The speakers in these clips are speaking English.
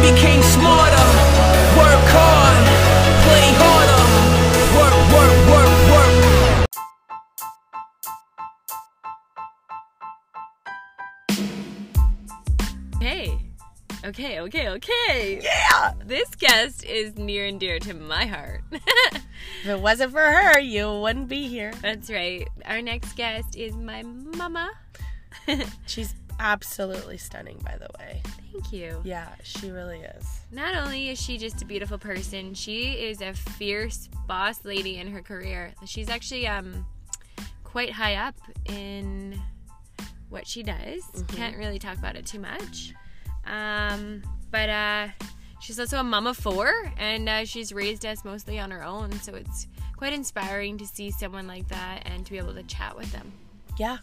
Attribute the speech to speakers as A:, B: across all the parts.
A: became smarter. Work hard, play harder. Work, work, work, work.
B: Okay. Okay, okay, okay.
C: Yeah.
B: This guest is near and dear to my heart.
C: If it wasn't for her, you wouldn't be here.
B: That's right. Our next guest is my mama. Thank
C: She's absolutely stunning, by the way.
B: you.
C: Yeah, she really is.
B: Not only is she just a beautiful person, she is a fierce boss lady in her career. She's actually um quite high up in what she does.
C: Mm-hmm.
B: Can't really talk about it too much. Um, but uh, she's also a mom of four, and uh, she's raised us mostly on her own. So it's quite inspiring to see someone like that and to be able to chat with them.
C: Yeah,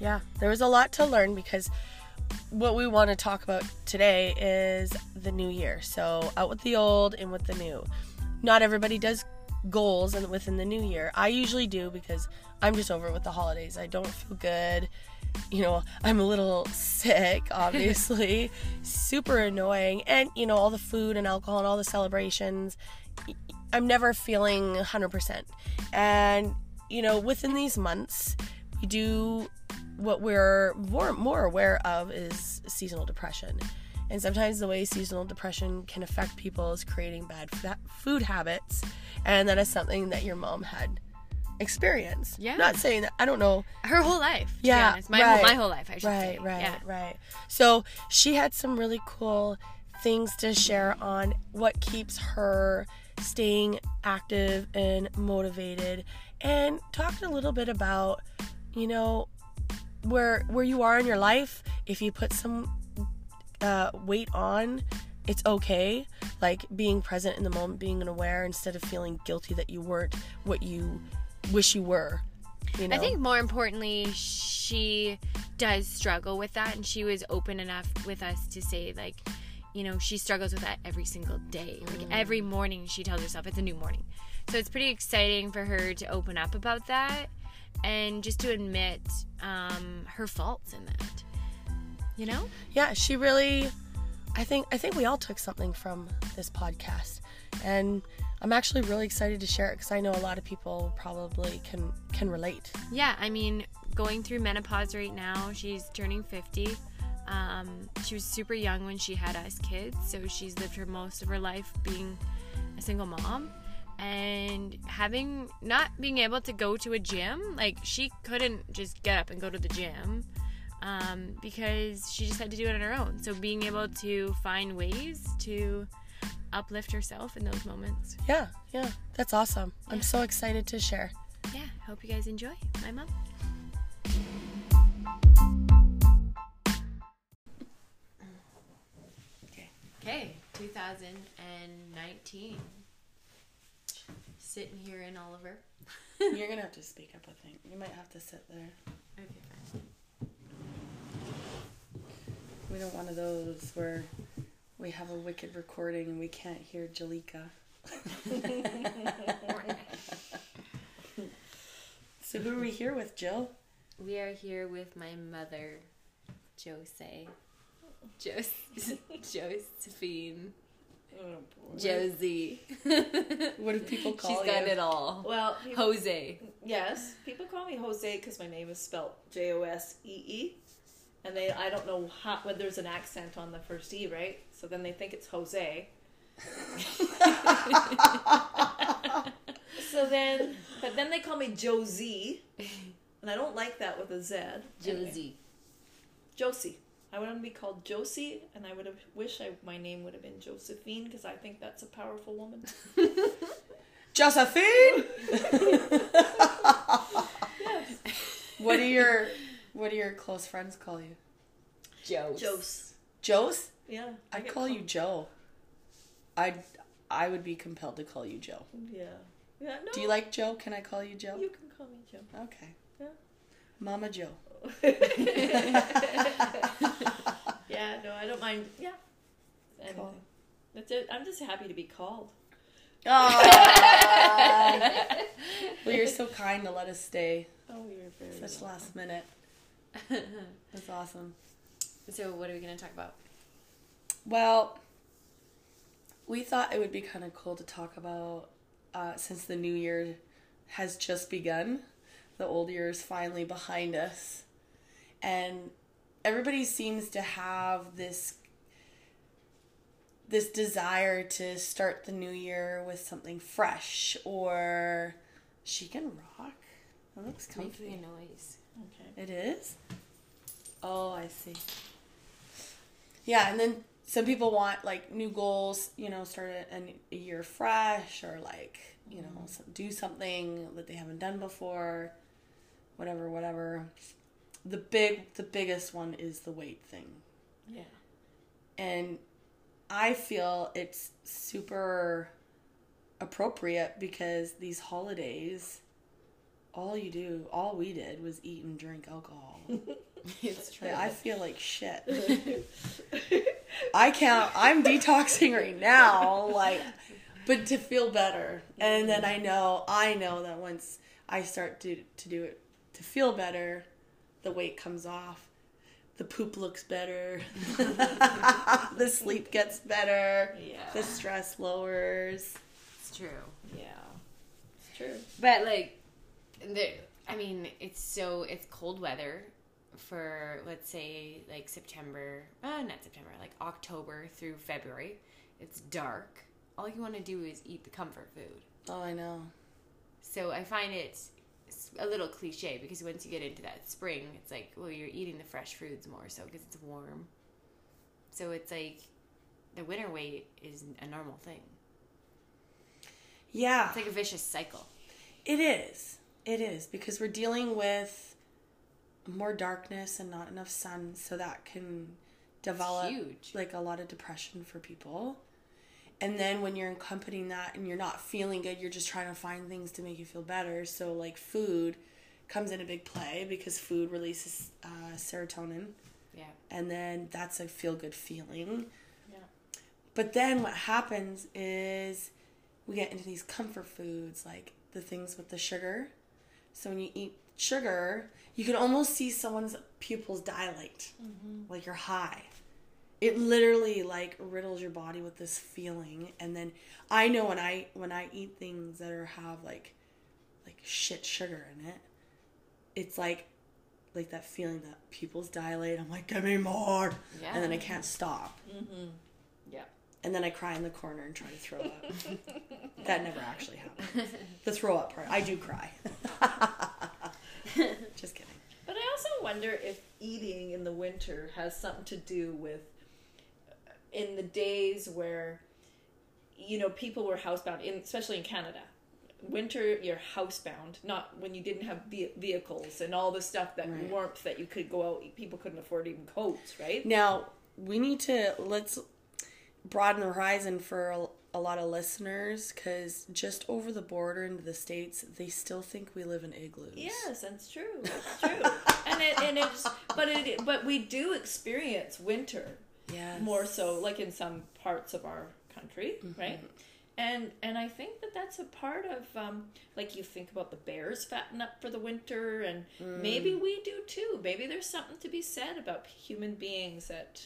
C: yeah. There was a lot to learn because what we want to talk about today is the new year. So, out with the old and with the new. Not everybody does goals and within the new year. I usually do because I'm just over it with the holidays. I don't feel good. You know, I'm a little sick, obviously. Super annoying. And, you know, all the food and alcohol and all the celebrations. I'm never feeling 100%. And, you know, within these months, we do what we're more, more aware of is seasonal depression. And sometimes the way seasonal depression can affect people is creating bad fa- food habits. And that is something that your mom had experienced.
B: Yeah.
C: Not saying that, I don't know.
B: Her whole life. to be
C: Yeah,
B: honest. my whole,
C: right.
B: my whole life. I should
C: Right,
B: say.
C: right,
B: Yeah.
C: right. So she had some really cool things to share on what keeps her staying active and motivated and talked a little bit about, you know, where where you are in your life, if you put some uh, weight on, it's okay. Like being present in the moment, being aware instead of feeling guilty that you weren't what you wish you were. You know?
B: I think more importantly, she does struggle with that, and she was open enough with us to say, like, you know, she struggles with that every single day.
C: Mm.
B: Like, every morning, she tells herself it's a new morning. So it's pretty exciting for her to open up about that and just to admit um, her faults in that. You know?
C: yeah she really i think i think we all took something from this podcast and i'm actually really excited to share it because i know a lot of people probably can can relate
B: Yeah, I mean, going through menopause right now, she's turning 50. Um, she was super young when she had us kids, so she's lived her most of her life being a single mom. And having not being able to go to a gym, like she couldn't just get up and go to the gym um, because she just had to do it on her own. So being able to find ways to uplift herself in those moments.
C: yeah yeah that's awesome i'm so excited to share
B: Yeah, hope you guys enjoy. My mom. Okay, 2019. Sitting here in Oliver.
D: You're gonna have to speak up, I think. You might have to sit there.
B: Okay,
D: We don't one of those where we have a wicked recording and we can't hear Jalika. so who are we here with, Jill?
B: We are here with my mother, Jose. Jos- Josephine. Josie.
D: What do people
B: She's
D: call
B: got
D: you?
B: it all.
E: Well, people,
B: Jose.
E: yes, people call me Jose because my name is spelled J O S E E, and they I don't know how whether there's an accent on the first E, right? So then they think it's Jose. so then, but then they call me Josie, and I don't like that with a Z. Anyway,
B: Josie.
E: Josie. I want to be called Josie, and I would have wish I, my name would have been Josephine because I think that's a powerful woman.
C: josephine
D: What do your what do your close friends call you?
B: Jose.
E: Jose.
D: Joe's?
E: Yeah,
D: I
E: get
D: call you Joe. I I would be compelled to call you Joe.
E: called- Yeah. Yeah. No.
D: Do you like Joe? Can I call you Joe?
E: You can call me Joe.
D: Okay.
E: Yeah.
D: Mama Joe.
E: yeah, no, I don't mind. Yeah. Anything.
D: Cool.
E: That's it. I'm just happy to be called.
D: Well, you're so kind to let us stay
E: Oh, you're very.
D: such last minute. That's awesome.
B: So, what are we going to talk about?
D: Well,
C: we thought it would be kind of cool to talk about uh, since the new year has just begun. The old year is finally behind us. And everybody seems to have this this desire to start the new year with something fresh or she can rock. That looks comfy.
B: Making a noise.
E: Okay.
C: It is? Oh, I see. Yeah, and then some people want like new goals, you know, start a, a new- a year fresh or like, you
E: Mm-hmm.
C: know, so- do something that they haven't done before, whatever, whatever. The big, the biggest one is the weight thing.
E: Yeah.
C: And I feel it's super appropriate because these holidays, all you do, all we did was eat and drink alcohol.
E: It's true.
C: Like, I feel like shit. I can't. I'm detoxing right now, like, but to feel better. And then I know, I know that once I start to to do it to feel better, the weight comes off, the poop looks better, the sleep gets better,
E: Yeah.
C: the stress lowers.
B: It's true.
E: Yeah. It's true.
B: But like, the I mean, it's so it's cold weather for let's say like September, uh, not September, like October through February. It's dark. All you want to do is eat the comfort food.
C: Oh, I know.
B: So I find it s- a little cliche because once you get into that spring, it's like, well, you're eating the fresh foods more so because it's warm. So it's like the winter weight is a normal thing.
C: Yeah.
B: It's like a vicious cycle.
C: It is. It is because we're dealing with more darkness and not enough sun, so that can develop
B: huge.
C: like a lot of depression for people. And then when you're accompanying that and you're not feeling good, you're just trying to find things to make you feel better. So like food comes in a big play because food releases uh, serotonin,
B: Yeah.
C: and then that's a feel good feeling.
E: Yeah.
C: But then what happens is we get into these comfort foods, like the things with the sugar. So when you eat sugar, you can almost see someone's pupils dilate, like you're high. It literally like riddles your body with this feeling, and then I know when I when I eat things that are have like like shit sugar in it, it's like like that feeling that pupils dilate. I'm like, give me more,
B: Yeah.
C: and then I can't stop
E: Yeah.
C: and then I cry in the corner and try to throw up. that never actually happened. The throw up part, I do cry. Just kidding.
E: But I also wonder if eating in the winter has something to do with uh, in the days where you know people were housebound, in, especially in Canada. Winter, you're housebound. Not when you didn't have ve- vehicles and all the stuff that
C: Right.
E: warmth that you could go out. People couldn't afford even coats, right?
C: Now we need to let's broaden the horizon for a, a lot of listeners because just over the border into the states, they still think we live in igloos.
E: Yes, that's true. That's true. and it, and it's but it but we do experience winter
C: Yes. Mm-hmm.
E: more so like in some parts of our country right and and i think that that's a part of um like you think about the bears fatten up for the winter and
C: Mm.
E: maybe we do too maybe there's something to be said about human beings that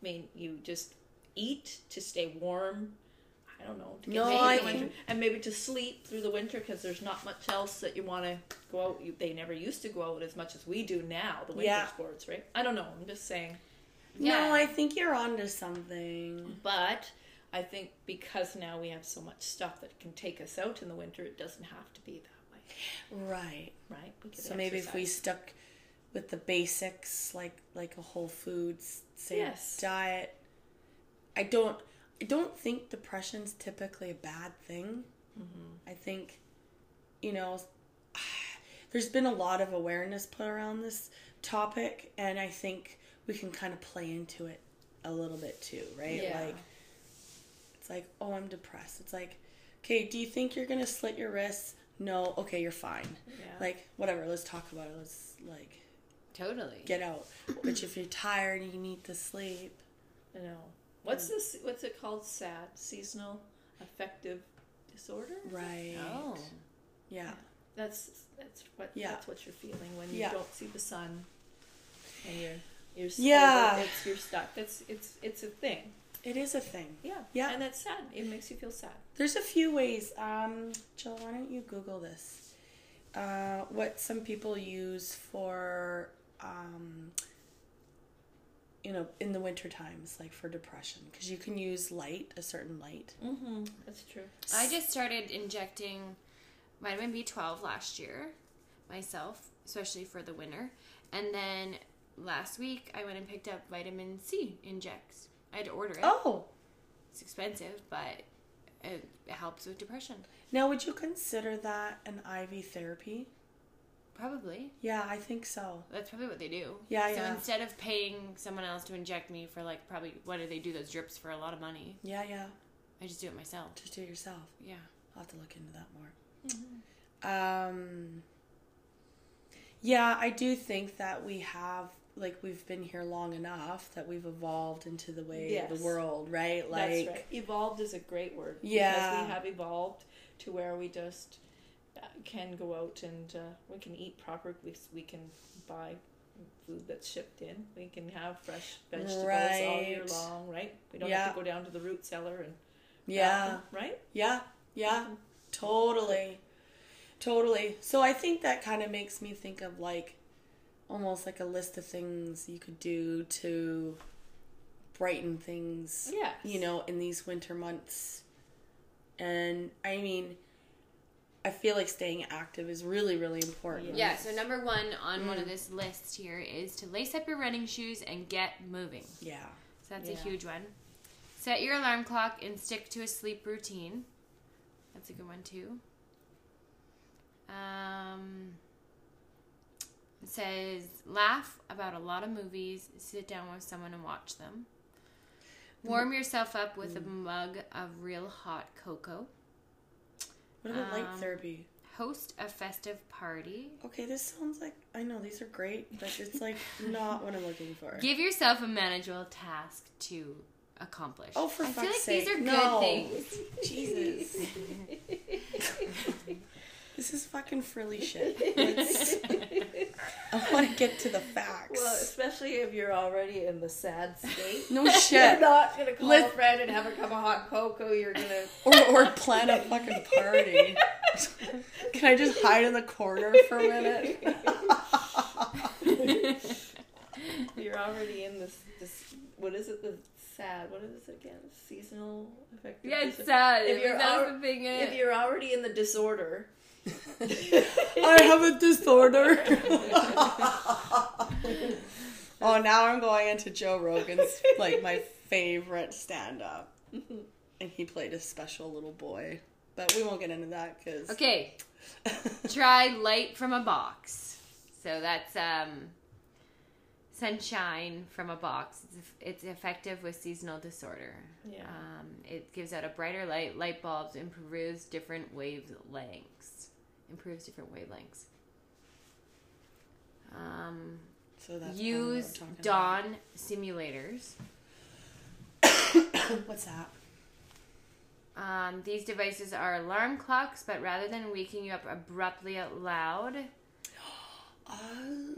E: i mean you just eat to stay warm I don't know. To get
C: No,
E: through
C: I
E: the winter.
C: think-
E: and maybe to sleep through the winter because there's not much else that you want to go out. You, they never used to go out as much as we do now. The winter
C: Yeah.
E: sports, right? I don't know. I'm just saying.
C: No,
B: Yeah.
C: I think you're onto something.
E: But I think because now we have so much stuff that can take us out in the winter, it doesn't have to be that way,
C: Right.
E: right? We could
C: So maybe if we
E: exercise.
C: stuck with the basics, like like a whole foods say
E: Yes.
C: diet. I don't I don't think depression's typically a bad thing.
E: Mm-hmm.
C: I think, you know, there's been a lot of awareness put around this topic, and I think we can kind of play into it a little bit too, right?
E: Yeah.
C: Like, it's like, oh, I'm depressed. It's like, okay, do you think you're gonna slit your wrists? No, okay, you're fine
E: Yeah.
C: like whatever let's talk about it let's like
B: Totally.
C: get out which if you're tired you need to sleep
E: you know what's this? What's it called? SAD, seasonal affective disorder.
C: right
B: oh.
C: yeah
E: That's that's what
C: Yeah.
E: that's what you're feeling when you
C: Yeah.
E: don't see the sun, and you're you're s-
C: Yeah.
E: It's you're stuck. That's it's it's a thing.
C: It is a thing.
E: Yeah.
C: Yeah.
E: And that's sad. It makes you feel sad.
C: There's a few ways. Um, Jill, why don't you Google this? Uh, what some people use for, um, you know, in the winter times, like for depression, because you can use light, a certain light.
E: Mm-hmm. That's true.
D: I just started injecting vitamin B12 last year myself, especially for the winter. And then last week I went and picked up vitamin C injects. I had to order it.
C: Oh,
D: It's expensive, but it it helps with depression.
C: now would you consider that an IV therapy?
D: Probably.
C: Yeah, I think so.
D: That's probably what they do.
C: Yeah,
D: so
C: yeah.
D: instead of paying someone else to inject me for like probably what do they do those drips for a lot of money?
C: Yeah, yeah.
D: I just do it myself.
C: Just do it yourself.
D: Yeah.
C: I'll have to look into that more. Um, yeah, I do think that we have, like, we've been here long enough that we've evolved into the way of
E: Yes.
C: the world, right? Like,
E: That's right. Evolved is a great word. Because
C: Yeah.
E: we have evolved to where we just uh, can go out and uh, we can eat proper. We, we can buy food that's shipped in. We can have fresh vegetables all year
C: Right.
E: long, right? We don't have
C: Yeah.
E: to go down to the root cellar and grab
C: yeah,
E: them, right?
C: yeah, yeah, totally, totally. So I think that kind of makes me think of like almost like a list of things you could do to brighten things
E: Yes.
C: you know, in these winter months. And I mean, I feel like staying active is really, really important.
D: Yeah, so number one on one of this list here is to lace up your running shoes and get moving.
C: Yeah.
D: So that's
E: Yeah.
D: a huge one. Set your alarm clock and stick to a sleep routine. That's a good one too. Um, it says laugh about a lot of movies. Sit down with someone and watch them.
C: Mm.
D: Warm yourself up with a mug of real hot cocoa.
C: What about light
D: Um,
C: therapy?
D: Host a festive party.
C: Okay, this sounds like I know these are great, but it's like not what I'm looking for.
D: Give yourself a manageable task to accomplish.
C: Oh, for
D: I feel like
C: fuck's
D: these are
C: sake,
D: good
C: no.
D: things.
C: Jesus. this is fucking frilly shit. It's- I want to get to the facts.
E: Well, especially if you're already in the sad state.
C: no
E: You're
C: shit.
E: not gonna call
C: Lis-
E: a friend and have a cup of hot cocoa. You're gonna
C: or, or plan a fucking party. Can I just hide in the corner for a minute?
E: you're already in this this what is it the sad what is it again seasonal affective
D: Yeah, it's
E: disorder.
D: sad.
E: If you're
D: that's
E: al-
D: the thing. in
E: if
D: it.
E: you're already in the disorder
C: I have a disorder. oh, now I'm going into Joe Rogan's, like, my favorite stand up. And he played a special little boy. But we won't get into that because.
D: Okay, try light from a box. So that's um, sunshine from a box. It's, it's effective with seasonal disorder.
E: Yeah.
D: Um, it gives out a brighter light. Light bulbs improves different wavelengths. Improves different wavelengths. Um,
C: so that's probably what we're
D: use
C: talking about.
D: dawn simulators.
C: What's that?
D: Um, these devices are alarm clocks, but rather than waking you up abruptly out loud,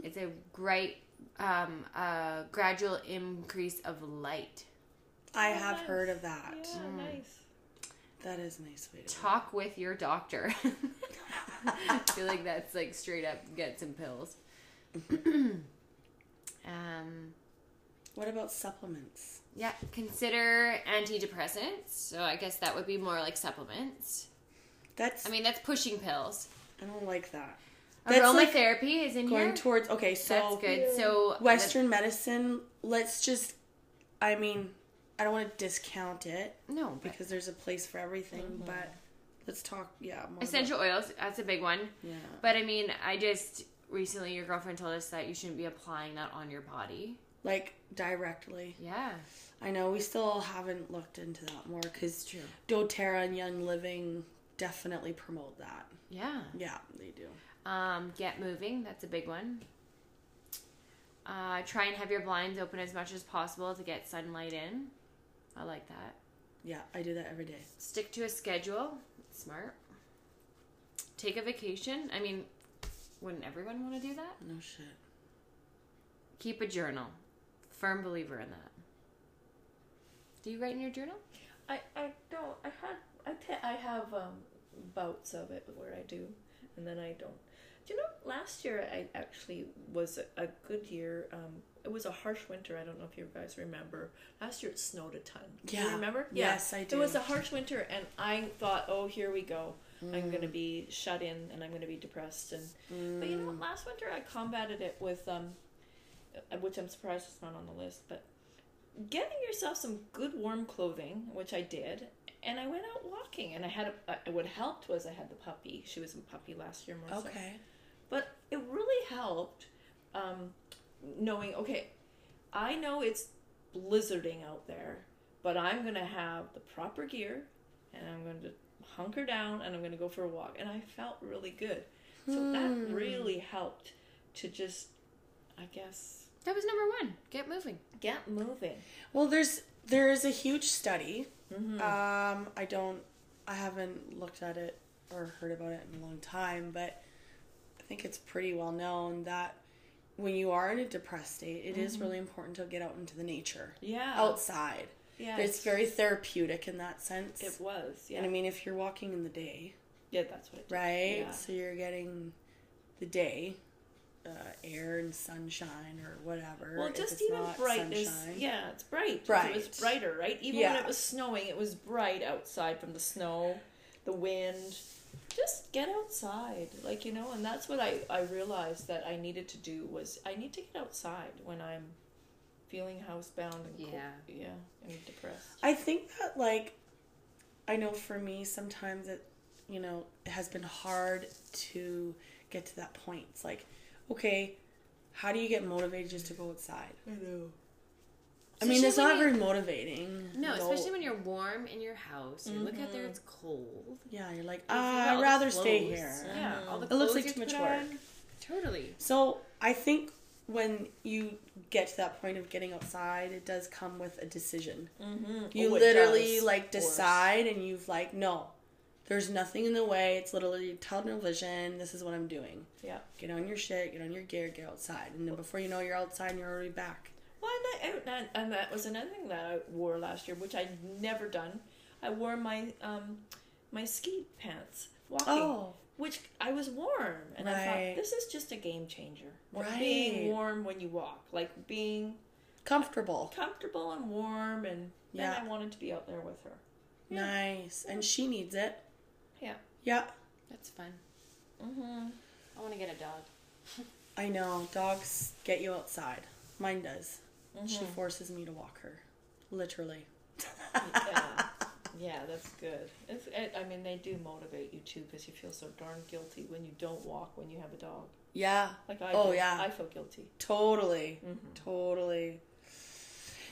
D: it's a great um, uh, gradual increase of light.
C: I have heard of that.
E: yeah nice
C: That is a nice way to
D: Talk with your doctor. I feel like that's like straight up get some pills. um,
C: What about supplements?
D: yeah, consider antidepressants. So I guess that would be more like supplements.
C: That's.
D: I mean, that's pushing pills.
C: I don't like that. That's like
D: Aromatherapy is in
C: going
D: here.
C: towards. Okay, so.
D: that's good. So
C: Western medicine, let's just, I mean, I don't want to discount it
D: No, but
C: because there's a place for everything,
D: Mm-hmm.
C: but let's talk, yeah. More
D: essential oils, that's a big one.
C: about- yeah.
D: But I mean, I just recently your girlfriend told us that you shouldn't be applying that on your body.
C: Like, directly.
D: Yeah.
C: I know we still haven't looked into that more because
D: true.
C: doTERRA and Young Living definitely promote that.
D: Yeah.
C: Yeah, they do.
D: Um, get moving, that's a big one. Uh, try and have your blinds open as much as possible to get sunlight in. I like that.
C: Yeah, I do that every day.
D: Stick to a schedule. Smart. Take a vacation. I mean, wouldn't everyone want to do that?
C: No shit.
D: Keep a journal. Firm believer in that.
B: Do you write in your journal?
E: I, I don't. I had I te- I have um, bouts of it where I do, and then I don't. Do you know? Last year I actually was a, a good year. Um, it was a harsh winter. I don't know if you guys remember. Last year it snowed a ton. Do you
C: Yeah.
E: remember?
C: Yes, I
E: It was
C: do.
E: a harsh winter, and I thought, oh, here we go. I'm gonna be shut in, and I'm gonna be depressed. And but you know, last winter I combated it with um, uh, which I'm surprised it's not on the list, but getting yourself some good warm clothing, which I did, and I went out walking, and I had a, uh, what helped was I had the puppy. She was a puppy last year, more so.
C: Okay.
E: But it really helped um, knowing, okay, I know it's blizzarding out there, but I'm going to have the proper gear and I'm going to hunker down and I'm going to go for a walk. And I felt really good. So that really helped to just, I guess,
B: That was number one. Get moving.
E: get moving.
C: Well, there's there is a huge study.
E: Mm-hmm.
C: Um, I don't, I haven't looked at it or heard about it in a long time, but I think it's pretty well known that when you are in a depressed state, it is really important to get out into the nature,
E: Mm-hmm. Yeah.
C: outside.
E: Yeah.
C: It's very therapeutic in that sense.
E: It was. Yeah.
C: and I mean, if you're walking in the day,
E: yeah, that's what it did.
C: right?
E: Yeah.
C: So you're getting the day. Uh, air and sunshine, or whatever.
E: Well,
C: if
E: just
C: it's
E: even
C: not
E: brightness.
C: sunshine.
E: Yeah, it's bright. It was
C: Bright.
E: brighter, right? Even when
C: Yeah.
E: it was snowing, it was bright outside from the snow, the wind. Just get outside, like you know, and that's what I I realized that I needed to do was I need to get outside when I'm feeling housebound and cold,
B: Yeah.
E: yeah, and depressed.
C: I think that like I know for me sometimes it you know it has been hard to get to that point. It's like okay, how do you get motivated just to go outside? I know. I mean,
B: Especially
C: it's not
B: when
C: very motivating.
B: No, especially when you're warm in your house. You look out there, it's cold.
C: yeah, you're like,
B: You forgot all
C: ah, Mm-hmm. I'd
B: the
C: rather stay
B: clothes.
C: here.
B: Yeah, all the
C: It looks
B: clothes
C: like
B: you
C: too
B: put
C: much work.
B: on. Totally.
C: So I think when you get to that point of getting outside, it does come with a decision. Mm-hmm. You
E: Oh, it
C: literally
E: does,
C: like
E: of course.
C: decide, and you've like, no, there's nothing in the way. It's literally tunnel vision. This is what I'm doing.
E: Yeah.
C: Get on your shit. Get on your gear. Get outside. And then before you know, it, you're outside, and you're already back.
E: Well, and, I, and, and that was another thing that I wore last year, which I'd never done. I wore my um, my ski pants walking,
C: Oh.
E: which I was warm, and I
C: Right.
E: thought this is just a game changer. Wa-
C: Right.
E: Being warm when you walk, like being
C: Comfortable.
E: comfortable and warm, and
C: Yeah.
E: then I wanted to be out there with her.
C: Nice. And she needs it.
E: Yeah,
C: Yeah.
B: That's fun. Mm-hmm. I want to get a dog.
C: I know. Dogs get you outside. Mine does. She forces me to walk her. Literally.
E: yeah, yeah, that's good. It's, it, I mean, they do motivate you too, because you feel so darn guilty when you don't walk when you have a dog.
C: Yeah. Mm-hmm.
E: Like I,
C: oh
E: do.
C: yeah.
E: I feel guilty.
C: Totally. Totally.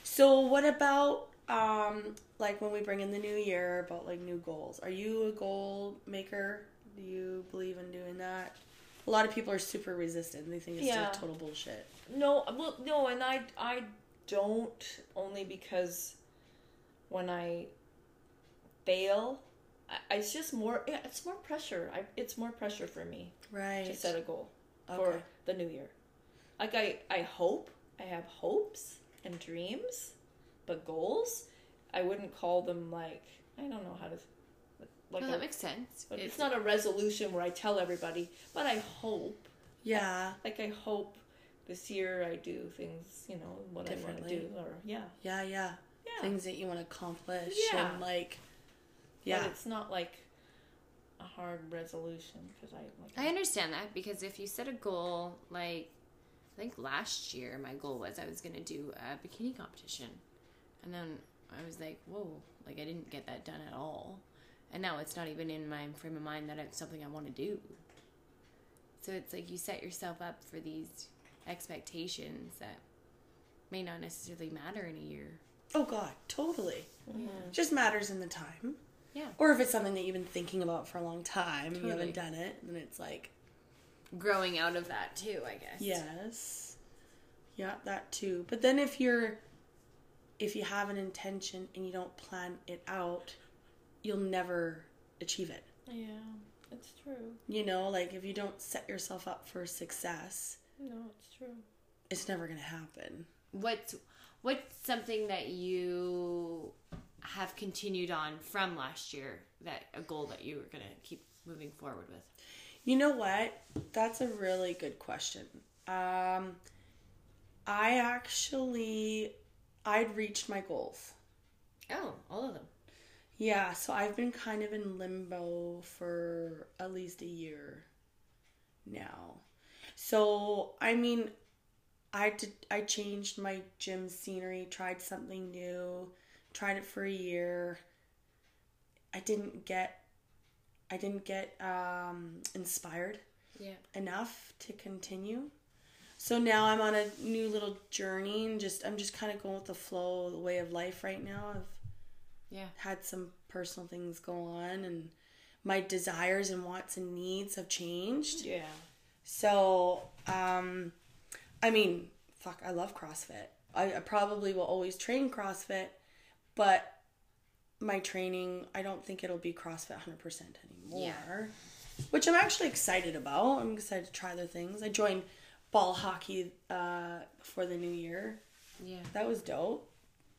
C: So what about um like when we bring in the new year about like new goals? Are you a goal maker? Do you believe in doing that? A lot of people are super resistant. They think it's
E: Yeah.
C: just total bullshit.
E: No, well, no, and I I don't only because when I fail, I, it's just more. yeah, It's more pressure. I, it's more pressure for me
C: Right.
E: to set a goal for
C: Okay.
E: the new year. Like I I hope I have hopes and dreams, but goals I wouldn't call them like I don't know how to like
B: No,
E: a-
B: that makes sense.
E: it's, not a resolution where I tell everybody, but I hope
C: yeah.
E: like I hope this year I do things, you know, what I want to
C: Differently.
E: do, or yeah,
C: Yeah, yeah.
E: yeah.
C: Things that you want to accomplish
E: Yeah.
C: and like
E: But
C: yeah.
E: it's not like a hard resolution because I like
B: I understand that because if you set a goal, like I think last year my goal was I was going to do a bikini competition, and then I was like, whoa, like I didn't get that done at all, and now it's not even in my frame of mind that it's something I want to do. So it's like you set yourself up for these expectations that may not necessarily matter in a year.
C: Oh god, totally. Just matters in the time.
B: Yeah,
C: Or if it's something that you've been thinking about for a long time, and you
B: Totally.
C: haven't done it, then it's like
B: growing out of that too, I guess.
C: Yes. Yeah, that too. But then if you're if you have an intention and you don't plan it out, you'll never achieve it.
E: yeah, it's true.
C: You know, like if you don't set yourself up for success,
E: No, it's true.
C: it's never going to happen.
B: what's what's something that you
D: have continued on from last year that a goal that you were going to keep moving forward with?
C: You know what? That's a really good question. Um, I actually, I'd reached my goals.
D: Oh, all of them.
C: Yeah, so I've been kind of in limbo for at least a year now. So, I mean, I did I changed my gym scenery, tried something new, tried it for a year. I didn't get I didn't get um inspired
D: Yeah.
C: enough to continue. So now I'm on a new little journey and just I'm just kind of going with the flow, the way of life right now. I've
D: Yeah.
C: had some personal things go on and my desires and wants and needs have changed.
E: Yeah.
C: So, um, I mean, fuck, I love CrossFit. I, I probably will always train CrossFit, but my training, I don't think it'll be CrossFit 100% anymore. Which I'm actually excited about. I'm excited to try other things. I joined ball hockey uh, before the new year.
D: Yeah.
C: That was dope.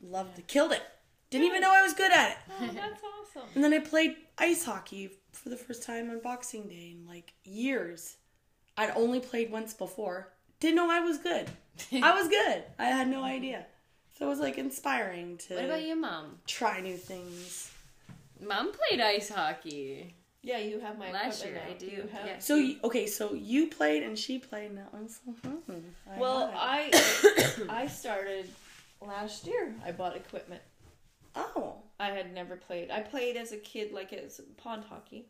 C: Loved it. Killed it. Didn't even know I was good at it.
E: Oh, that's awesome.
C: And then I played ice hockey for the first time on Boxing Day in like years. I'd only played once before. Didn't know I was good. I was good. I had no idea. So it was like inspiring to
D: What about you, mom?
C: try new things.
D: Mom played ice hockey.
E: Yeah, you have my
D: Last
E: equipment
D: year, I
E: now.
D: do,
E: You have-
D: yeah.
C: So you, okay, so you played and she played and that one's hmm, I
E: Well,
C: got
E: I I started last year. I bought equipment.
C: it. oh
E: I had never played. I played as a kid, like as pond hockey,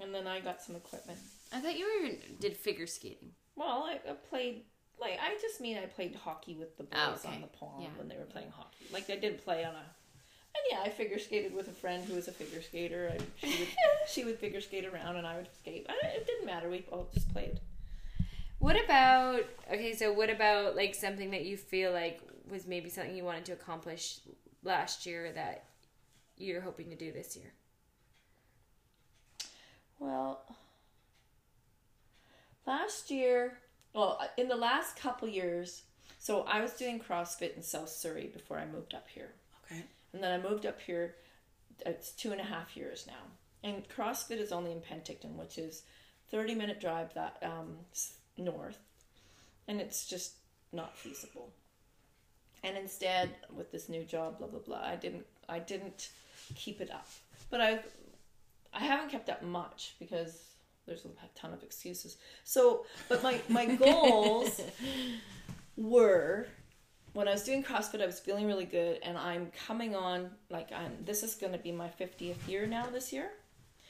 E: and then I got some equipment.
D: I thought you were did figure skating.
E: Well, I, I played like I just mean I played hockey with the boys
D: Oh, okay.
E: on the pond
D: Yeah.
E: when they were playing hockey. Like I did play on a, and yeah, I figure skated with a friend who was a figure skater. I, she would she would figure skate around and I would skate. I, it didn't matter. We all just played.
D: What about okay? So what about like something that you feel like was maybe something you wanted to accomplish last year that you're hoping to do this year?
E: Well, last year, well, in the last couple years, so I was doing CrossFit in South Surrey before I moved up here.
C: okay.
E: And then I moved up here, it's two and a half years now. And CrossFit is only in Penticton, which is 30 minute drive that um, s- north. And it's just not feasible. And instead, with this new job, blah blah blah, I didn't I didn't keep it up. But I I haven't kept up much because there's a ton of excuses. So, but my my goals were when I was doing CrossFit, I was feeling really good, and I'm coming on like I'm. This is going to be my 50th year now this year.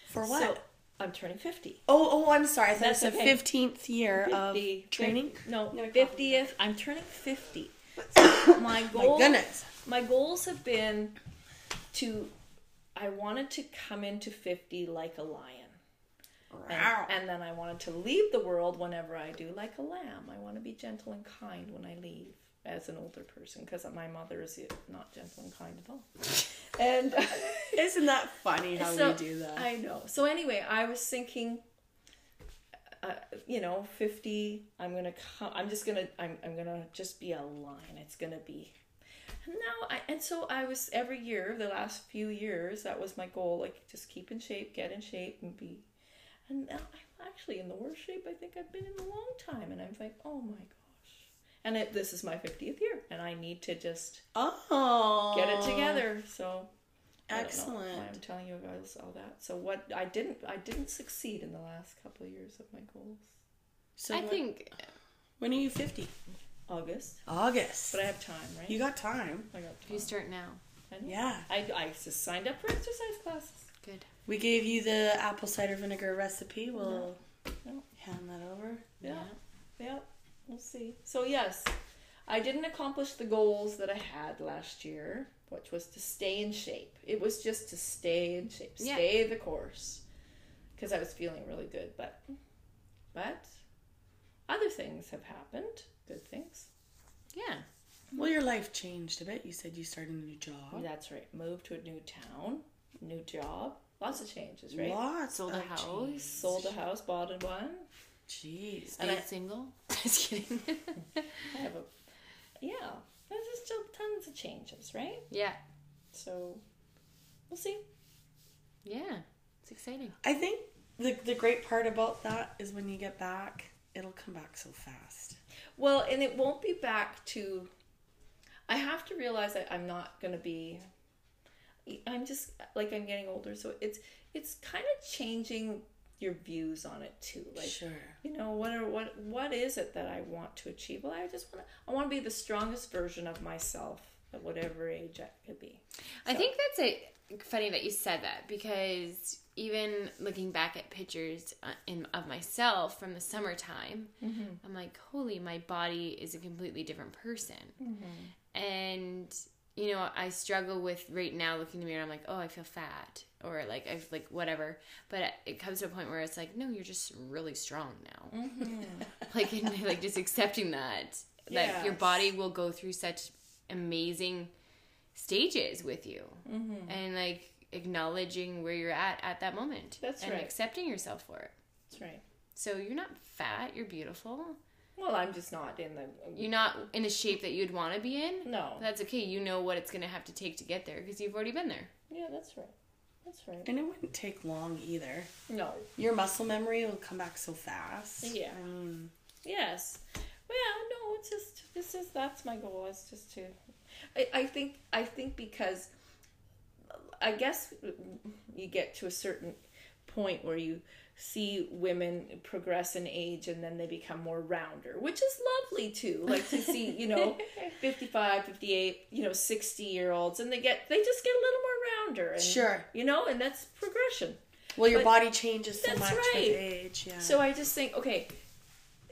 C: For what?
E: So I'm turning 50.
C: oh, oh, I'm sorry. I thought
E: That's
C: it's the
E: okay.
C: 15th year
E: 50,
C: of training.
E: No,
C: No, coffee.
E: 50th. I'm turning 50. So my
C: My
E: goal.
C: goodness.
E: my goals have been to. I wanted to come into 50 like a lion.
C: Wow.
E: And, and then I wanted to leave the world whenever I do, like a lamb. I want to be gentle and kind when I leave as an older person because my mother is not gentle and kind at all. And
C: Isn't that funny how
E: so,
C: we do that?
E: I know. So anyway, I was thinking, uh, you know, fifty. I'm gonna. Come, I'm just gonna. I'm. I'm gonna just be a line. It's gonna be. And now, I, and so I was every year the last few years. That was my goal. Like just keep in shape, get in shape, and be. And now I'm actually in the worst shape I think I've been in a long time. And I'm like, oh my gosh. And it, this is my 50th year, and I need to just
C: oh.
E: get it together. So I don't know why I'm
C: Excellent.
E: telling you guys all that. So what I didn't I didn't succeed in the last couple of years of my goals.
C: So
D: I
C: when-
D: think
C: When are you 50?
E: August,
C: August.
E: but I have time, right?
C: You got time.
E: I got
D: you
E: time.
D: start now.
E: I know.
C: Yeah.
E: I, I just signed up for exercise classes.
D: Good.
C: We gave you the apple cider vinegar recipe. We'll
E: No.
C: hand that over.
E: Yeah. yeah. We'll see. So yes, I didn't accomplish the goals that I had last year, which was to stay in shape. It was just to stay in shape,
D: Yeah.
E: stay the course, because I was feeling really good. But, but, other things have happened. Good things.
D: Yeah.
C: Well, your life changed a bit. You said you started a new job.
E: That's right. Moved to a new town, new job, lots of changes, right?
C: Lots
D: Sold a
C: of
D: house.
E: Sold a house, bought a one.
C: change. Jeez.
E: And
D: Stayed
E: I-
D: single. Just kidding.
E: I have a, yeah. There's just still tons of changes, right?
D: yeah.
E: So We'll see.
D: Yeah. It's exciting.
C: I think the the great part about that is when you get back, it'll come back so fast.
E: Well, and it won't be back to. I have to realize that I'm not gonna be. I'm just like I'm getting older, so it's it's kind of changing your views on it too. Like you know what are what what is it that I want to achieve? Well, I just want to I want to be the strongest version of myself at whatever age I could be.
D: I think that's a, funny that you said that because even looking back at pictures uh, in, of myself from the summertime, I'm like, holy, my body is a completely different person.
E: Mm-hmm.
D: And you know, I struggle with right now looking in the mirror. I'm like, oh, I feel fat, or like I've like whatever. But it comes to a point where it's like, no, you're just really strong now.
E: Mm-hmm.
D: like and, like just accepting that that your
E: Yes.
D: body will go through such amazing stages with you
E: Mm-hmm.
D: and like acknowledging where you're at at that moment
E: That's
D: and
E: right.
D: accepting yourself for it
E: That's right.
D: so you're not fat you're beautiful
E: Well, I'm just not in the
D: you're not in the shape that you'd want to be in
E: no.
D: that's okay you know what it's gonna have to take to get there because you've already been there
E: yeah, that's right. That's right.
C: And it wouldn't take long either.
E: No.
C: Your muscle memory will come back so fast.
E: Yeah.
C: I mean,
E: Um, Yes. Well, no, it's just this is that's my goal. It's just to, I, I think I think because, I guess you get to a certain point where you see women progress in age and then they become more rounder which is lovely too like to see you know 55 58 you know 60 year olds and they get they just get a little more rounder and,
C: Sure.
E: you know and that's progression
C: well, your
E: But-
C: body changes so
E: That's
C: much
E: right.
C: with age. Yeah.
E: so I just think, okay,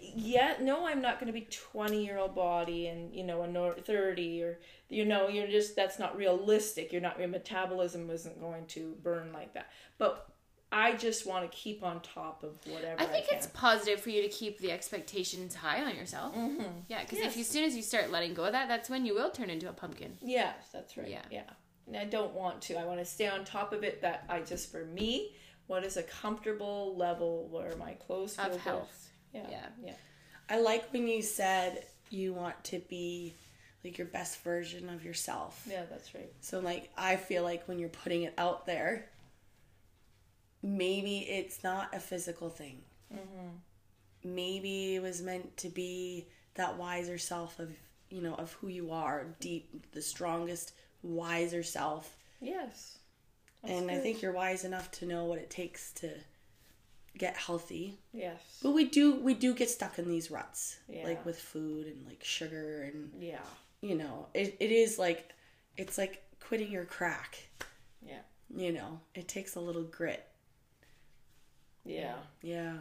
E: yeah, no, I'm not going to be 20 year old body and, you know, a nor- 30 or, you know, you're just, that's not realistic. You're not, your metabolism isn't going to burn like that. But I just want to keep on top of whatever I
D: I think
E: can.
D: it's positive for you to keep the expectations high on yourself. Mm-hmm. Yeah, because if
E: Yes.
D: you, as soon as you start letting go of that, that's when you will turn into a pumpkin.
E: Yes, that's right.
D: Yeah.
E: Yeah. And I don't want to. I want to stay on top of it that I just, for me, what is a comfortable level where my clothes feel
D: Of
E: good.
D: health.
E: Yeah. Yeah.
D: Yeah.
E: Yeah.
C: I like when you said you want to be like your best version of yourself.
E: that's right.
C: So like I feel like when you're putting it out there, maybe it's not a physical thing. Maybe it was meant to be that wiser self of you know of who you are, deep, the strongest, wiser self.
E: Yes.
C: and I think you're wise enough to know what it takes to get healthy.
E: Yes.
C: But we do we do get stuck in these ruts,
E: Yeah.
C: like with food and like sugar and
E: Yeah.
C: you know it, it is like it's like quitting your crack.
E: Yeah.
C: you know, it takes a little grit.
E: Yeah.
C: Yeah.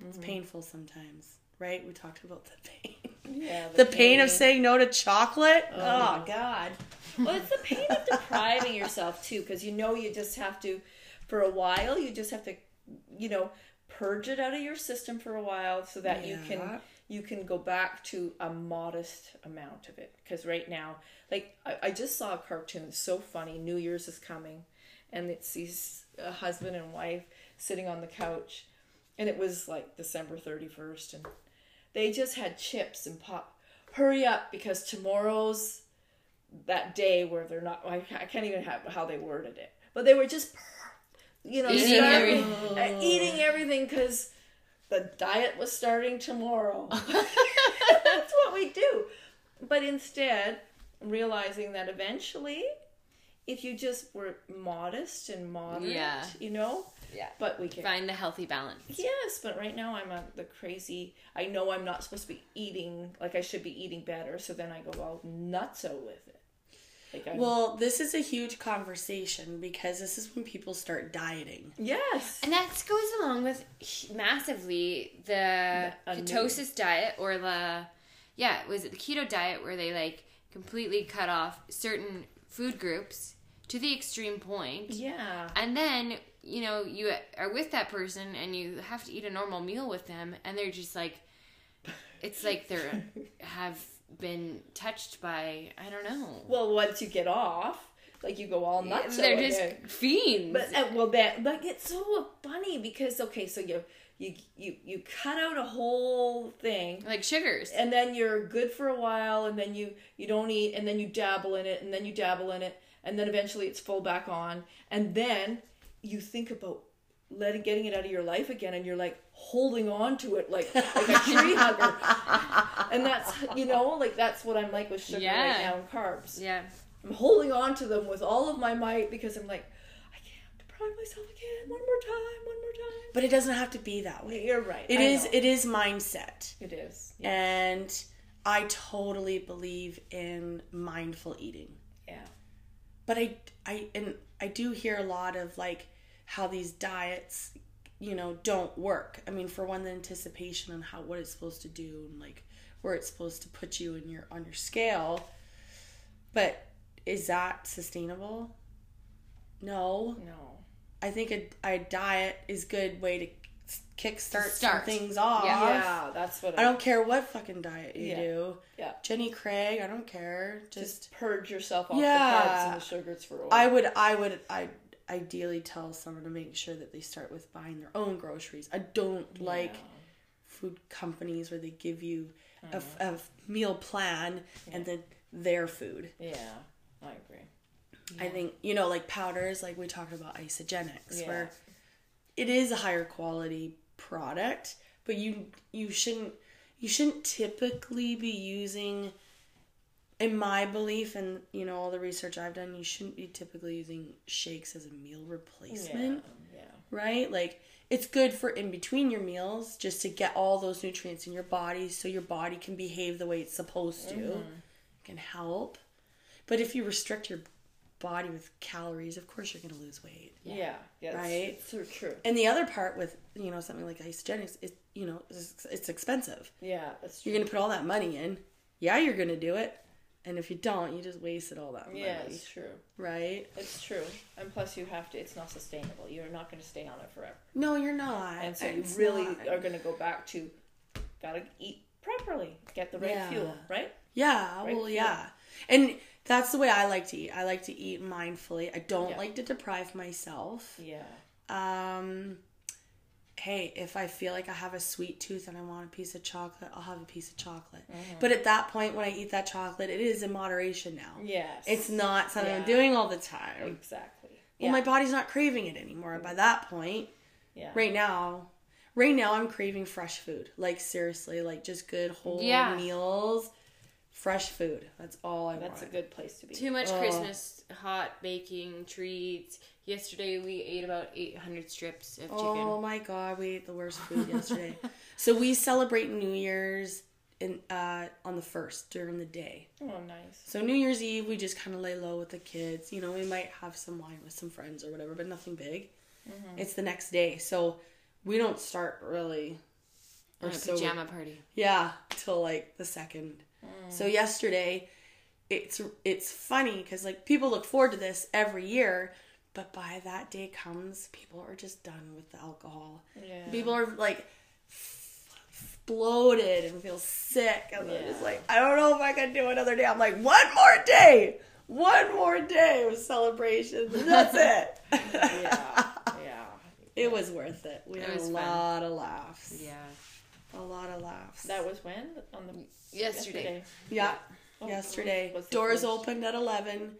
C: It's
E: Mm-hmm.
C: painful sometimes, right? We talked about the pain.
E: Yeah.
C: The pain of saying no to chocolate? Oh, God.
E: Well, it's the pain of depriving yourself too, because you know you just have to, for a while, you just have to, you know, purge it out of your system for a while, so that you
C: Yeah.
E: can you can go back to a modest amount of it. Because right now, like I, I just saw a cartoon, it's so funny. New Year's is coming, and it's these a husband and wife sitting on the couch, and it was like December thirty first, and they just had chips and pop. Hurry up because tomorrow's that day where they're not. I, I can't even have how they worded it, but they were just, you know,
D: Eating
E: starving-
D: everything.
E: uh, eating everything because the diet was starting tomorrow. That's what we do. But instead, realizing that eventually, if you just were modest and moderate,
D: Yeah.
E: you know,
D: Yeah.
E: but we can
D: Find the healthy balance.
E: Yes, but right now I'm on the crazy. I know I'm not supposed to be eating like I should be eating better, so then I go all nutso with it. Like I'm,
C: Well, this is a huge conversation because this is when people start dieting.
E: yes,
D: And that goes along with massively the
E: a new-
D: ketosis diet or the, yeah, was it the keto diet where they like completely cut off certain food groups to the extreme point?
E: yeah,
D: And then, you know, you are with that person and you have to eat a normal meal with them and they're just like it's like they're have been touched by I don't know.
E: Well, once you get off, like you go all nuts.
D: They're
E: over
D: just
E: it.
D: fiends.
E: But uh, well, that like it's so funny because okay, so you you you you cut out a whole thing,
D: like sugars.
E: and then you're good for a while, and then you you don't eat, and then you dabble in it, and then you dabble in it, and then eventually it's full back on, and then you think about letting getting it out of your life again, and you're like holding on to it like like a tree hugger, and that's you know like that's what I'm like with sugar right
D: Yeah.
E: now and carbs.
D: Yeah.
E: I'm holding on to them with all of my might because I'm like, I can't deprive myself again. One more time, one more time.
C: But it doesn't have to be that
E: But
C: way.
E: you're right.
C: It
E: I
C: is
E: know.
C: it is mindset.
E: It is. Yeah.
C: And I totally believe in mindful eating.
E: Yeah.
C: But I I and I do hear a lot of like how these diets you know don't work. I mean, for one, the anticipation and how what it's supposed to do and like where it's supposed to put you in your on your scale. But is that sustainable? No.
E: No.
C: I think a, a diet is good way to kickstart some
D: Start.
C: things off.
E: Yeah, that's what I,
C: I don't care what fucking diet you
E: Yeah.
C: do.
E: Yeah.
C: Jenny Craig, I don't care. Just
E: Just purge yourself off
C: Yeah.
E: the carbs and the sugars for a while.
C: I would I would I ideally tell someone to make sure that they start with buying their own groceries. I don't like food companies where they give you a, f- a f- meal plan and then their food.
E: yeah, I agree.
C: I think you know like powders like we talked about isogenics
E: Yeah.
C: where it is a higher quality product but you you shouldn't you shouldn't typically be using in my belief and you know all the research I've done you shouldn't be typically using shakes as a meal
E: Yeah.
C: replacement
E: Yeah.
C: right like it's good for in between your meals just to get all those nutrients in your body so your body can behave the way it's supposed to
E: Mm-hmm.
C: can help but if you restrict your body with calories of course you're going to lose weight
E: Yeah. yeah. that's-
C: Right?
E: It's so true.
C: and the other part with you know something like isogenics is you know it's, it's expensive.
E: Yeah, that's true.
C: You're gonna put all that money in. Yeah, you're gonna do it. And if you don't, you just wasted all that money,
E: yeah, it's true.
C: right?
E: It's true. And plus, you have to. It's not sustainable. You're not going to stay on it forever.
C: No, you're not.
E: and so you
C: It's
E: really
C: not.
E: are going to go back to gotta eat properly get the right
C: Yeah.
E: fuel right
C: Yeah,
E: Right?
C: well, yeah.
E: Yeah.
C: And that's the way I like to eat. I like to eat mindfully. I don't
E: Yeah.
C: like to deprive myself.
E: yeah
C: Um, hey, if I feel like I have a sweet tooth and I want a piece of chocolate, I'll have a piece of chocolate.
E: Mm-hmm.
C: But at that point, when I eat that chocolate, it is in moderation now.
E: yes
C: It's not something I'm
E: Yeah.
C: doing all the time.
E: exactly yeah
C: Well, my body's not craving it anymore by that point.
E: yeah
C: Right now, right now I'm craving fresh food. Like seriously, like just good whole
D: Yeah.
C: meals, fresh food. That's all I
E: that's a
C: want.
E: good place to be
D: Too
C: Oh.
D: much Christmas hot baking treats. Yesterday we ate about 800 strips of chicken.
C: Oh my god, we ate the worst food yesterday. so we celebrate New Year's in uh on the 1st during the day.
E: oh nice
C: So New Year's Eve, we just kind of lay low with the kids. You know, we might have some wine with some friends or whatever, but nothing big.
D: Mm-hmm.
C: It's the next day, so we don't start really.
D: On a
C: so-
D: pajama Mm. party.
C: Yeah, till like the 2nd. So yesterday, it's it's funny because like people look forward to this every year, but by that day comes, people are just done with the alcohol.
E: yeah
C: People are like f- f- bloated and feel sick, and they're just
E: Yeah.
C: like, I don't know if I can do another day. I'm like, one more day, one more day of celebration. and That's it.
E: yeah yeah
C: it was worth it. We
D: It
C: had a
D: was fun.
C: lot of laughs.
D: Yeah.
C: A lot of laughs.
E: that was when on the
D: Yesterday.
E: yesterday
C: yeah.
E: Oh,
C: Yesterday,
E: was the
C: doors
E: first.
C: opened at eleven.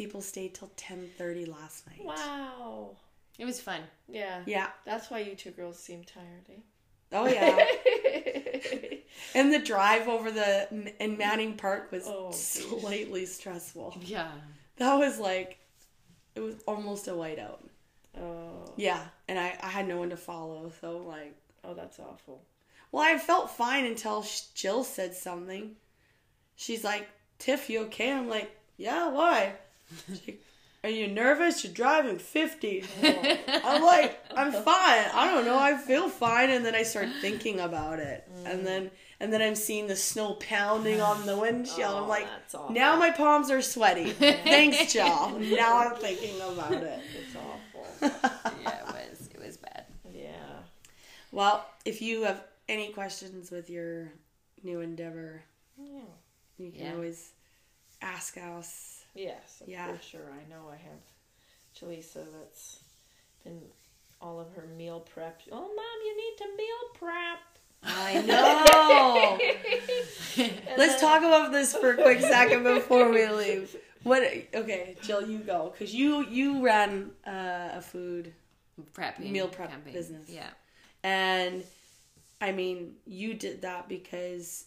C: People stayed till ten thirty last night.
E: wow
D: It was fun.
E: yeah
C: Yeah.
E: that's why you two girls seem tired
C: Oh yeah.
E: eh?
C: and the drive over the in Manning Park was
E: Oh, geez.
C: slightly stressful.
D: Yeah.
C: That was like, it was almost a whiteout.
E: oh
C: Yeah, and I, I had no one to follow, so like,
E: oh that's awful
C: well, I felt fine until sh- Jill said something. She's like, "Tiff, you okay?" I'm like, "Yeah, why?" She's like, Are you nervous? You're driving 50. I'm like, I'm fine. I don't know. I feel fine. And then I start thinking about it.
E: Mm.
C: And then, and then I'm seeing the snow pounding on the windshield. I'm
E: Oh,
C: like,
E: that's awful.
C: now my palms are sweaty. Thanks, Jill. Now I'm thinking about it.
E: it's awful
D: Yeah, it was. It was bad.
E: yeah
C: Well, if you have any questions with your new endeavor, you can
D: Yeah.
C: always ask us
E: Yes, I'm
C: Yeah.
E: for sure. I know I have Jaleesa that's been all of her meal prep. Oh, mom, you need to meal prep.
C: I know. Let's talk about this for a quick second before we leave. What? Okay, Jill, you go because you you ran uh, a food
D: Prepping
C: Meal prep
D: campaign.
C: business.
D: Yeah.
C: and I mean you did that because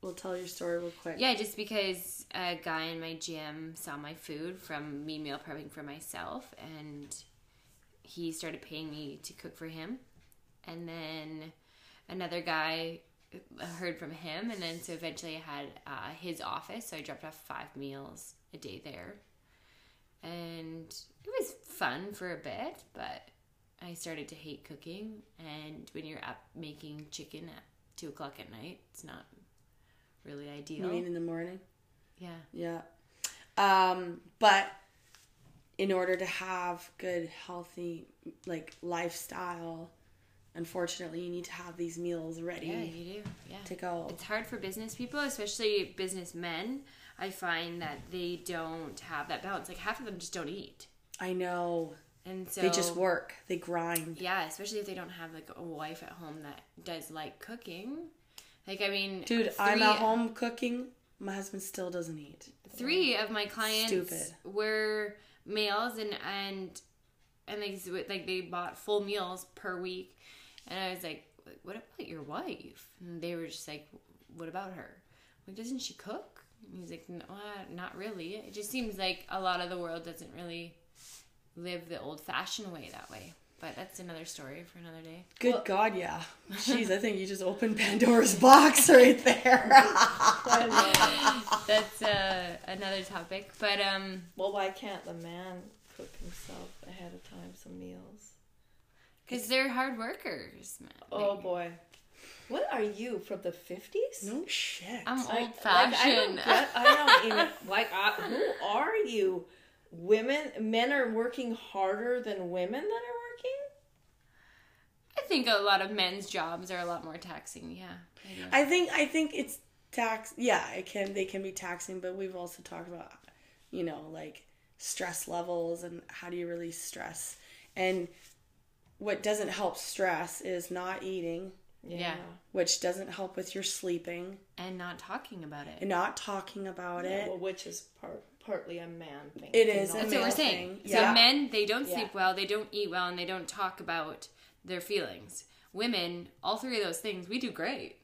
C: we'll tell your story real quick.
D: Yeah, just because a guy in my gym saw my food from me meal prepping for myself and he started paying me to cook for him. And then another guy I heard from him and then so eventually I had uh, his office, so I dropped off 5 meals a day there. And it was fun for a bit, but I started to hate cooking. And when you're up making chicken at two o'clock at night, it's not really ideal.
C: You mean in the morning?
D: Yeah.
C: Yeah. Um, but in order to have good, healthy, like lifestyle, unfortunately, you need to have these meals ready
D: Yeah, you do. Yeah.
C: to go.
D: It's hard for business people, especially businessmen. I find that they don't have that balance. Like half of them just don't eat.
C: I know.
D: And so
C: They just work. They grind.
D: Yeah, especially if they don't have like a wife at home that does like cooking. Like I mean,
C: Dude, i I'm at
D: three-
C: home cooking. My husband still doesn't eat.
D: three of my clients
C: Stupid.
D: were males and and and they s- like they bought full meals per week and i was like what about your wife and they were just like what about her I'm like doesn't she cook and he's like no, uh, not really it just seems like a lot of the world doesn't really live the old fashioned way that way but that's another story for another day
C: Good God, yeah. Jeez, I think you just opened Pandora's box right there.
D: that's uh, another topic but um
E: Well, why can't the man cook himself ahead of time some meals?
D: because they're hard workers man.
E: Oh boy, what are you from the fifties?
C: no shit.
D: i'm
E: Like-
D: old fashioned
E: Like, I, don't get- I don't even like. I, who are you? Women, men are working harder than women that are working.
D: I think a lot of men's jobs are a lot more taxing. Yeah. I do.
C: I think I think it's tax. Yeah, it can. They can be taxing, but we've also talked about, you know, like stress levels and how do you release stress. And what doesn't help stress is not eating,
D: yeah.
C: which doesn't help with your sleeping
D: And not talking about it.
C: and not talking about
E: Yeah,
C: it.
E: well, which is part, partly a man thing.
C: It is.
E: Not-
C: a
D: That's what we're
C: male
D: saying.
C: thing.
D: So
C: Yeah.
D: men, they don't sleep
E: Yeah.
D: well, they don't eat well, and they don't talk about their feelings. Women, all three of those things, we do great.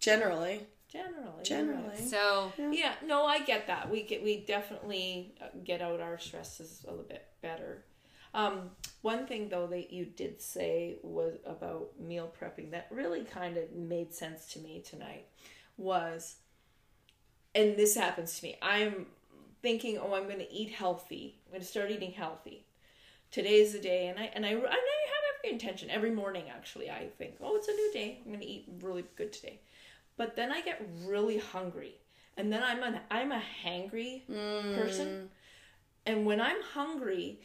C: generally,
E: generally.
C: generally.
D: So
E: Yeah. No, I get that. We get we definitely uh, get out our stresses a little bit better. Um, one thing though that you did say was about meal prepping that really kind of made sense to me tonight was, and this happens to me. I'm thinking, oh, I'm going to eat healthy. I'm going to start eating healthy. Today's the day, and I and I and I have every intention every morning. Actually, I think, oh, it's a new day. I'm going to eat really good today but then I get really hungry, and then I'm an I'm a hangry person, and when I'm hungry,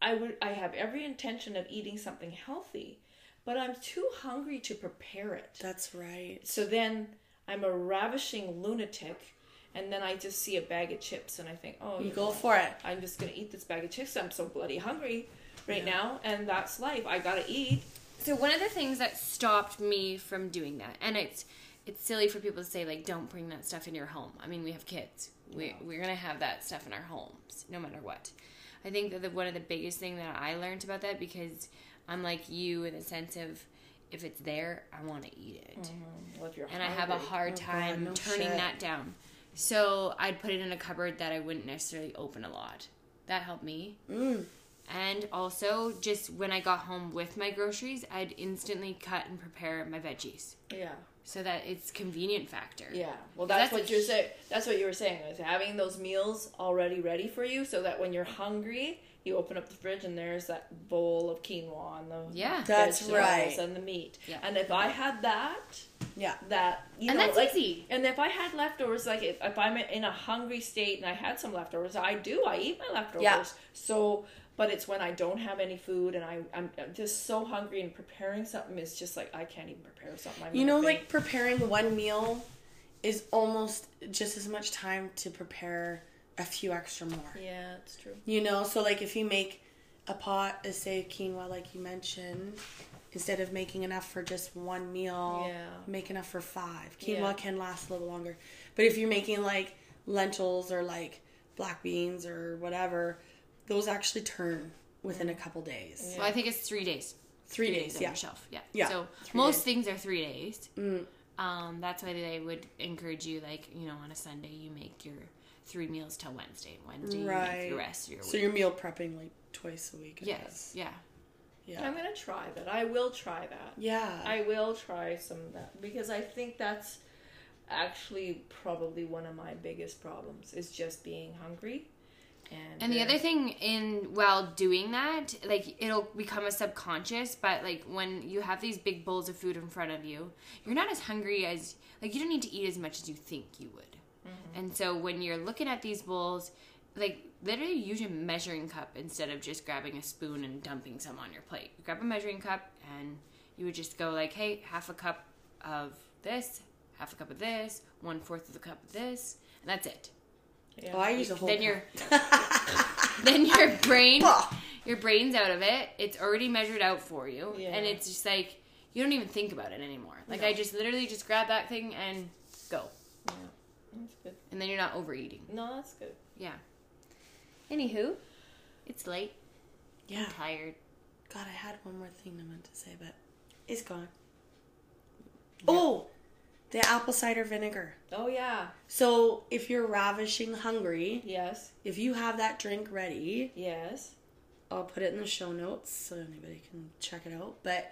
E: I would I have every intention of eating something healthy, but I'm too hungry to prepare it.
C: That's right.
E: So then I'm a ravishing lunatic, and then I just see a bag of chips and I think, oh,
C: You
E: know
C: go
E: what?
C: for it.
E: I'm just gonna eat this bag of chips. I'm so bloody hungry right now, and that's life. I gotta eat.
D: So one of the things that stopped me from doing that, and it's it's silly for people to say like, don't bring that stuff in your home. I mean, we have kids. We we're gonna have that stuff in our homes, no matter what. I think that the, one of the biggest thing that I learned about that because I'm like you in the sense of if it's there, I want to eat it
E: Well, if you're
C: Oh
D: and I have a
E: hungry-
D: hard time
C: no
D: turning
C: shit.
D: that down. So I'd put it in a cupboard that I wouldn't necessarily open a lot. That helped me.
C: Mm.
D: And also, just when I got home with my groceries, I'd instantly cut and prepare my veggies
E: yeah.
D: so that it's convenient factor.
E: Yeah. Well,
D: That's
E: that's,
D: a
E: what you're
D: hu-
E: saying. That's what you were saying is having those meals already ready for you, so that when you're hungry, you open up the fridge and there's that bowl of quinoa and the
D: Yeah.
C: That's
E: vegetables
C: right.
E: and the meat.
D: Yeah.
E: And if I had that,
C: Yeah.
E: that you
D: And
E: know,
D: that's
E: like,
D: easy.
E: And if I had leftovers, like if, if I'm in a hungry state and I had some leftovers, I do. I eat my leftovers.
C: Yeah.
E: So, but it's when I don't have any food and I I'm, I'm just so hungry and preparing something is just like I can't even prepare something. I'm
C: You
E: gonna
C: know,
E: think.
C: like preparing one meal is almost just as much time to prepare a few extra more.
E: Yeah, it's true.
C: You know, so like if you make a pot of say quinoa, like you mentioned, instead of making enough for just one meal,
E: Yeah.
C: make enough for five. Quinoa
E: Yeah.
C: can last a little longer, but if you're making like lentils or like black beans or whatever, those actually turn within a couple days.
D: Well, I think it's three days.
C: Three days,
D: on
C: yeah.
D: your shelf. Yeah.
C: Yeah,
D: So
C: three
D: most
C: days. Mm.
D: things are three days. Um, that's why they would encourage you, like you know, on a Sunday you make your three meals till Wednesday. Wednesday you make
C: Right.
D: the rest of your
C: So
D: week.
C: you're meal prepping like twice a week. I
D: yes.
C: guess.
D: Yeah.
C: Yeah.
E: I'm gonna try that. I will try that.
C: Yeah.
E: I will try some of that because I think that's actually probably one of my biggest problems is just being hungry. And,
D: And the
E: uh,
D: other thing in while doing that, like it'll become a subconscious, but like when you have these big bowls of food in front of you, you're not as hungry as like you don't need to eat as much as you think you would. And so when you're looking at these bowls, like literally use a measuring cup instead of just grabbing a spoon and dumping some on your plate. You grab a measuring cup and you would just go like, hey, half a cup of this, half a cup of this, one fourth of the cup of this, and that's it
E: yeah.
C: Oh, I use a whole.
D: then your then your brain your brain's out of it. It's already measured out for you,
E: Yeah.
D: and it's just like you don't even think about it anymore. Like I just literally just grab that thing and go,
E: yeah. That's good.
D: and then you're not overeating.
E: No, that's good.
D: Yeah. Anywho, it's late.
C: yeah.
D: I'm tired.
C: God, I had one more thing I meant to say, but it's gone. Oh, the apple cider vinegar.
E: Oh yeah.
C: So if you're ravishing hungry,
E: Yes.
C: if you have that drink ready,
E: Yes.
C: I'll put it in the show notes so anybody can check it out. But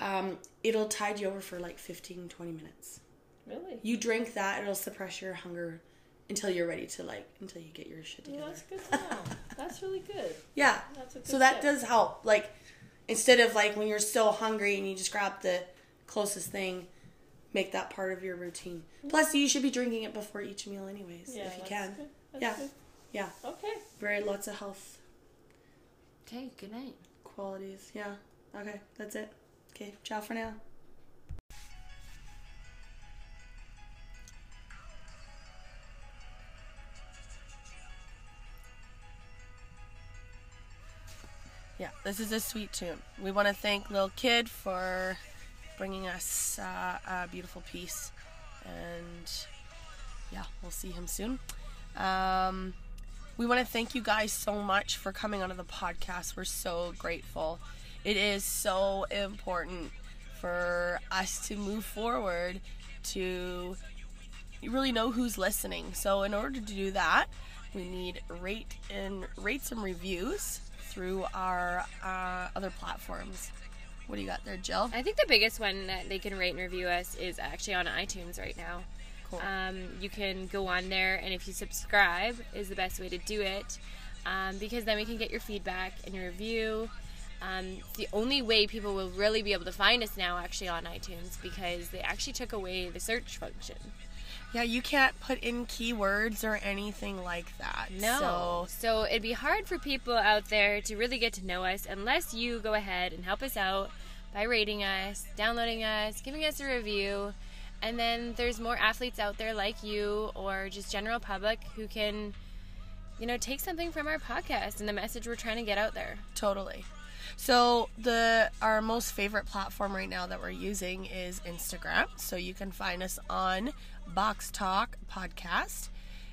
C: um, it'll tide you over for like 15, 20 minutes.
E: Really.
C: You drink that, it'll suppress your hunger until you're ready to like, until you get your shit
E: Yeah,
C: together.
E: that's good to know. that's really good.
C: Yeah.
E: That's a good
C: so that
E: tip.
C: does help. Like instead of like when you're so hungry and you just grab the closest thing, make that part of your routine. Plus you should be drinking it before each meal anyways,
E: Mm-hmm. Yeah,
C: if you
E: that's
C: can.
E: good. That's
C: Yeah.
E: good.
C: Yeah.
E: Okay.
C: Very lots of health
D: Okay. Good night.
C: qualities. Yeah. Okay, that's it. Okay, ciao for now.
F: Yeah, this is a sweet tune. We want to thank Lil Kid for bringing us uh, a beautiful piece, and yeah, we'll see him soon. Um, we want to thank you guys so much for coming onto the podcast. We're so grateful. It is so important for us to move forward to you really know who's listening. So in order to do that, we need rate and rate some reviews through our uh, other platforms. What do you got there, Jill?
B: I think the biggest one that they can rate and review us is actually on iTunes right now.
F: Cool.
B: Um, you can go on there, and if you subscribe, is the best way to do it, um, because then we can get your feedback and your review. Um, it's the only way people will really be able to find us now, actually, on iTunes, because they actually took away the search function.
F: Yeah, you can't put in keywords or anything like that.
B: No. So,
F: So
B: it'd be hard for people out there to really get to know us unless you go ahead and help us out by rating us, downloading us, giving us a review. And then there's more athletes out there like you or just general public who can you know take something from our podcast and the message we're trying to get out there.
F: totally. So the our most favorite platform right now that we're using is Instagram. So you can find us on Box Talk Podcast.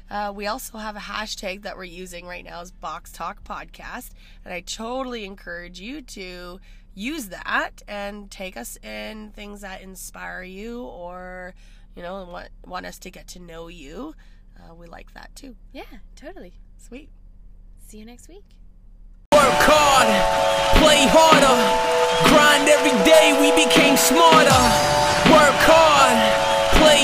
F: Uh, we also have a hashtag that we're using right now is Box Talk Podcast, and I totally encourage you to use that and take us in things that inspire you or you know want want us to get to know you. Uh, we like that too.
B: Yeah, totally.
F: Sweet.
B: See you next week.
A: Work hard, play harder, grind every day, we became smarter. Work hard, play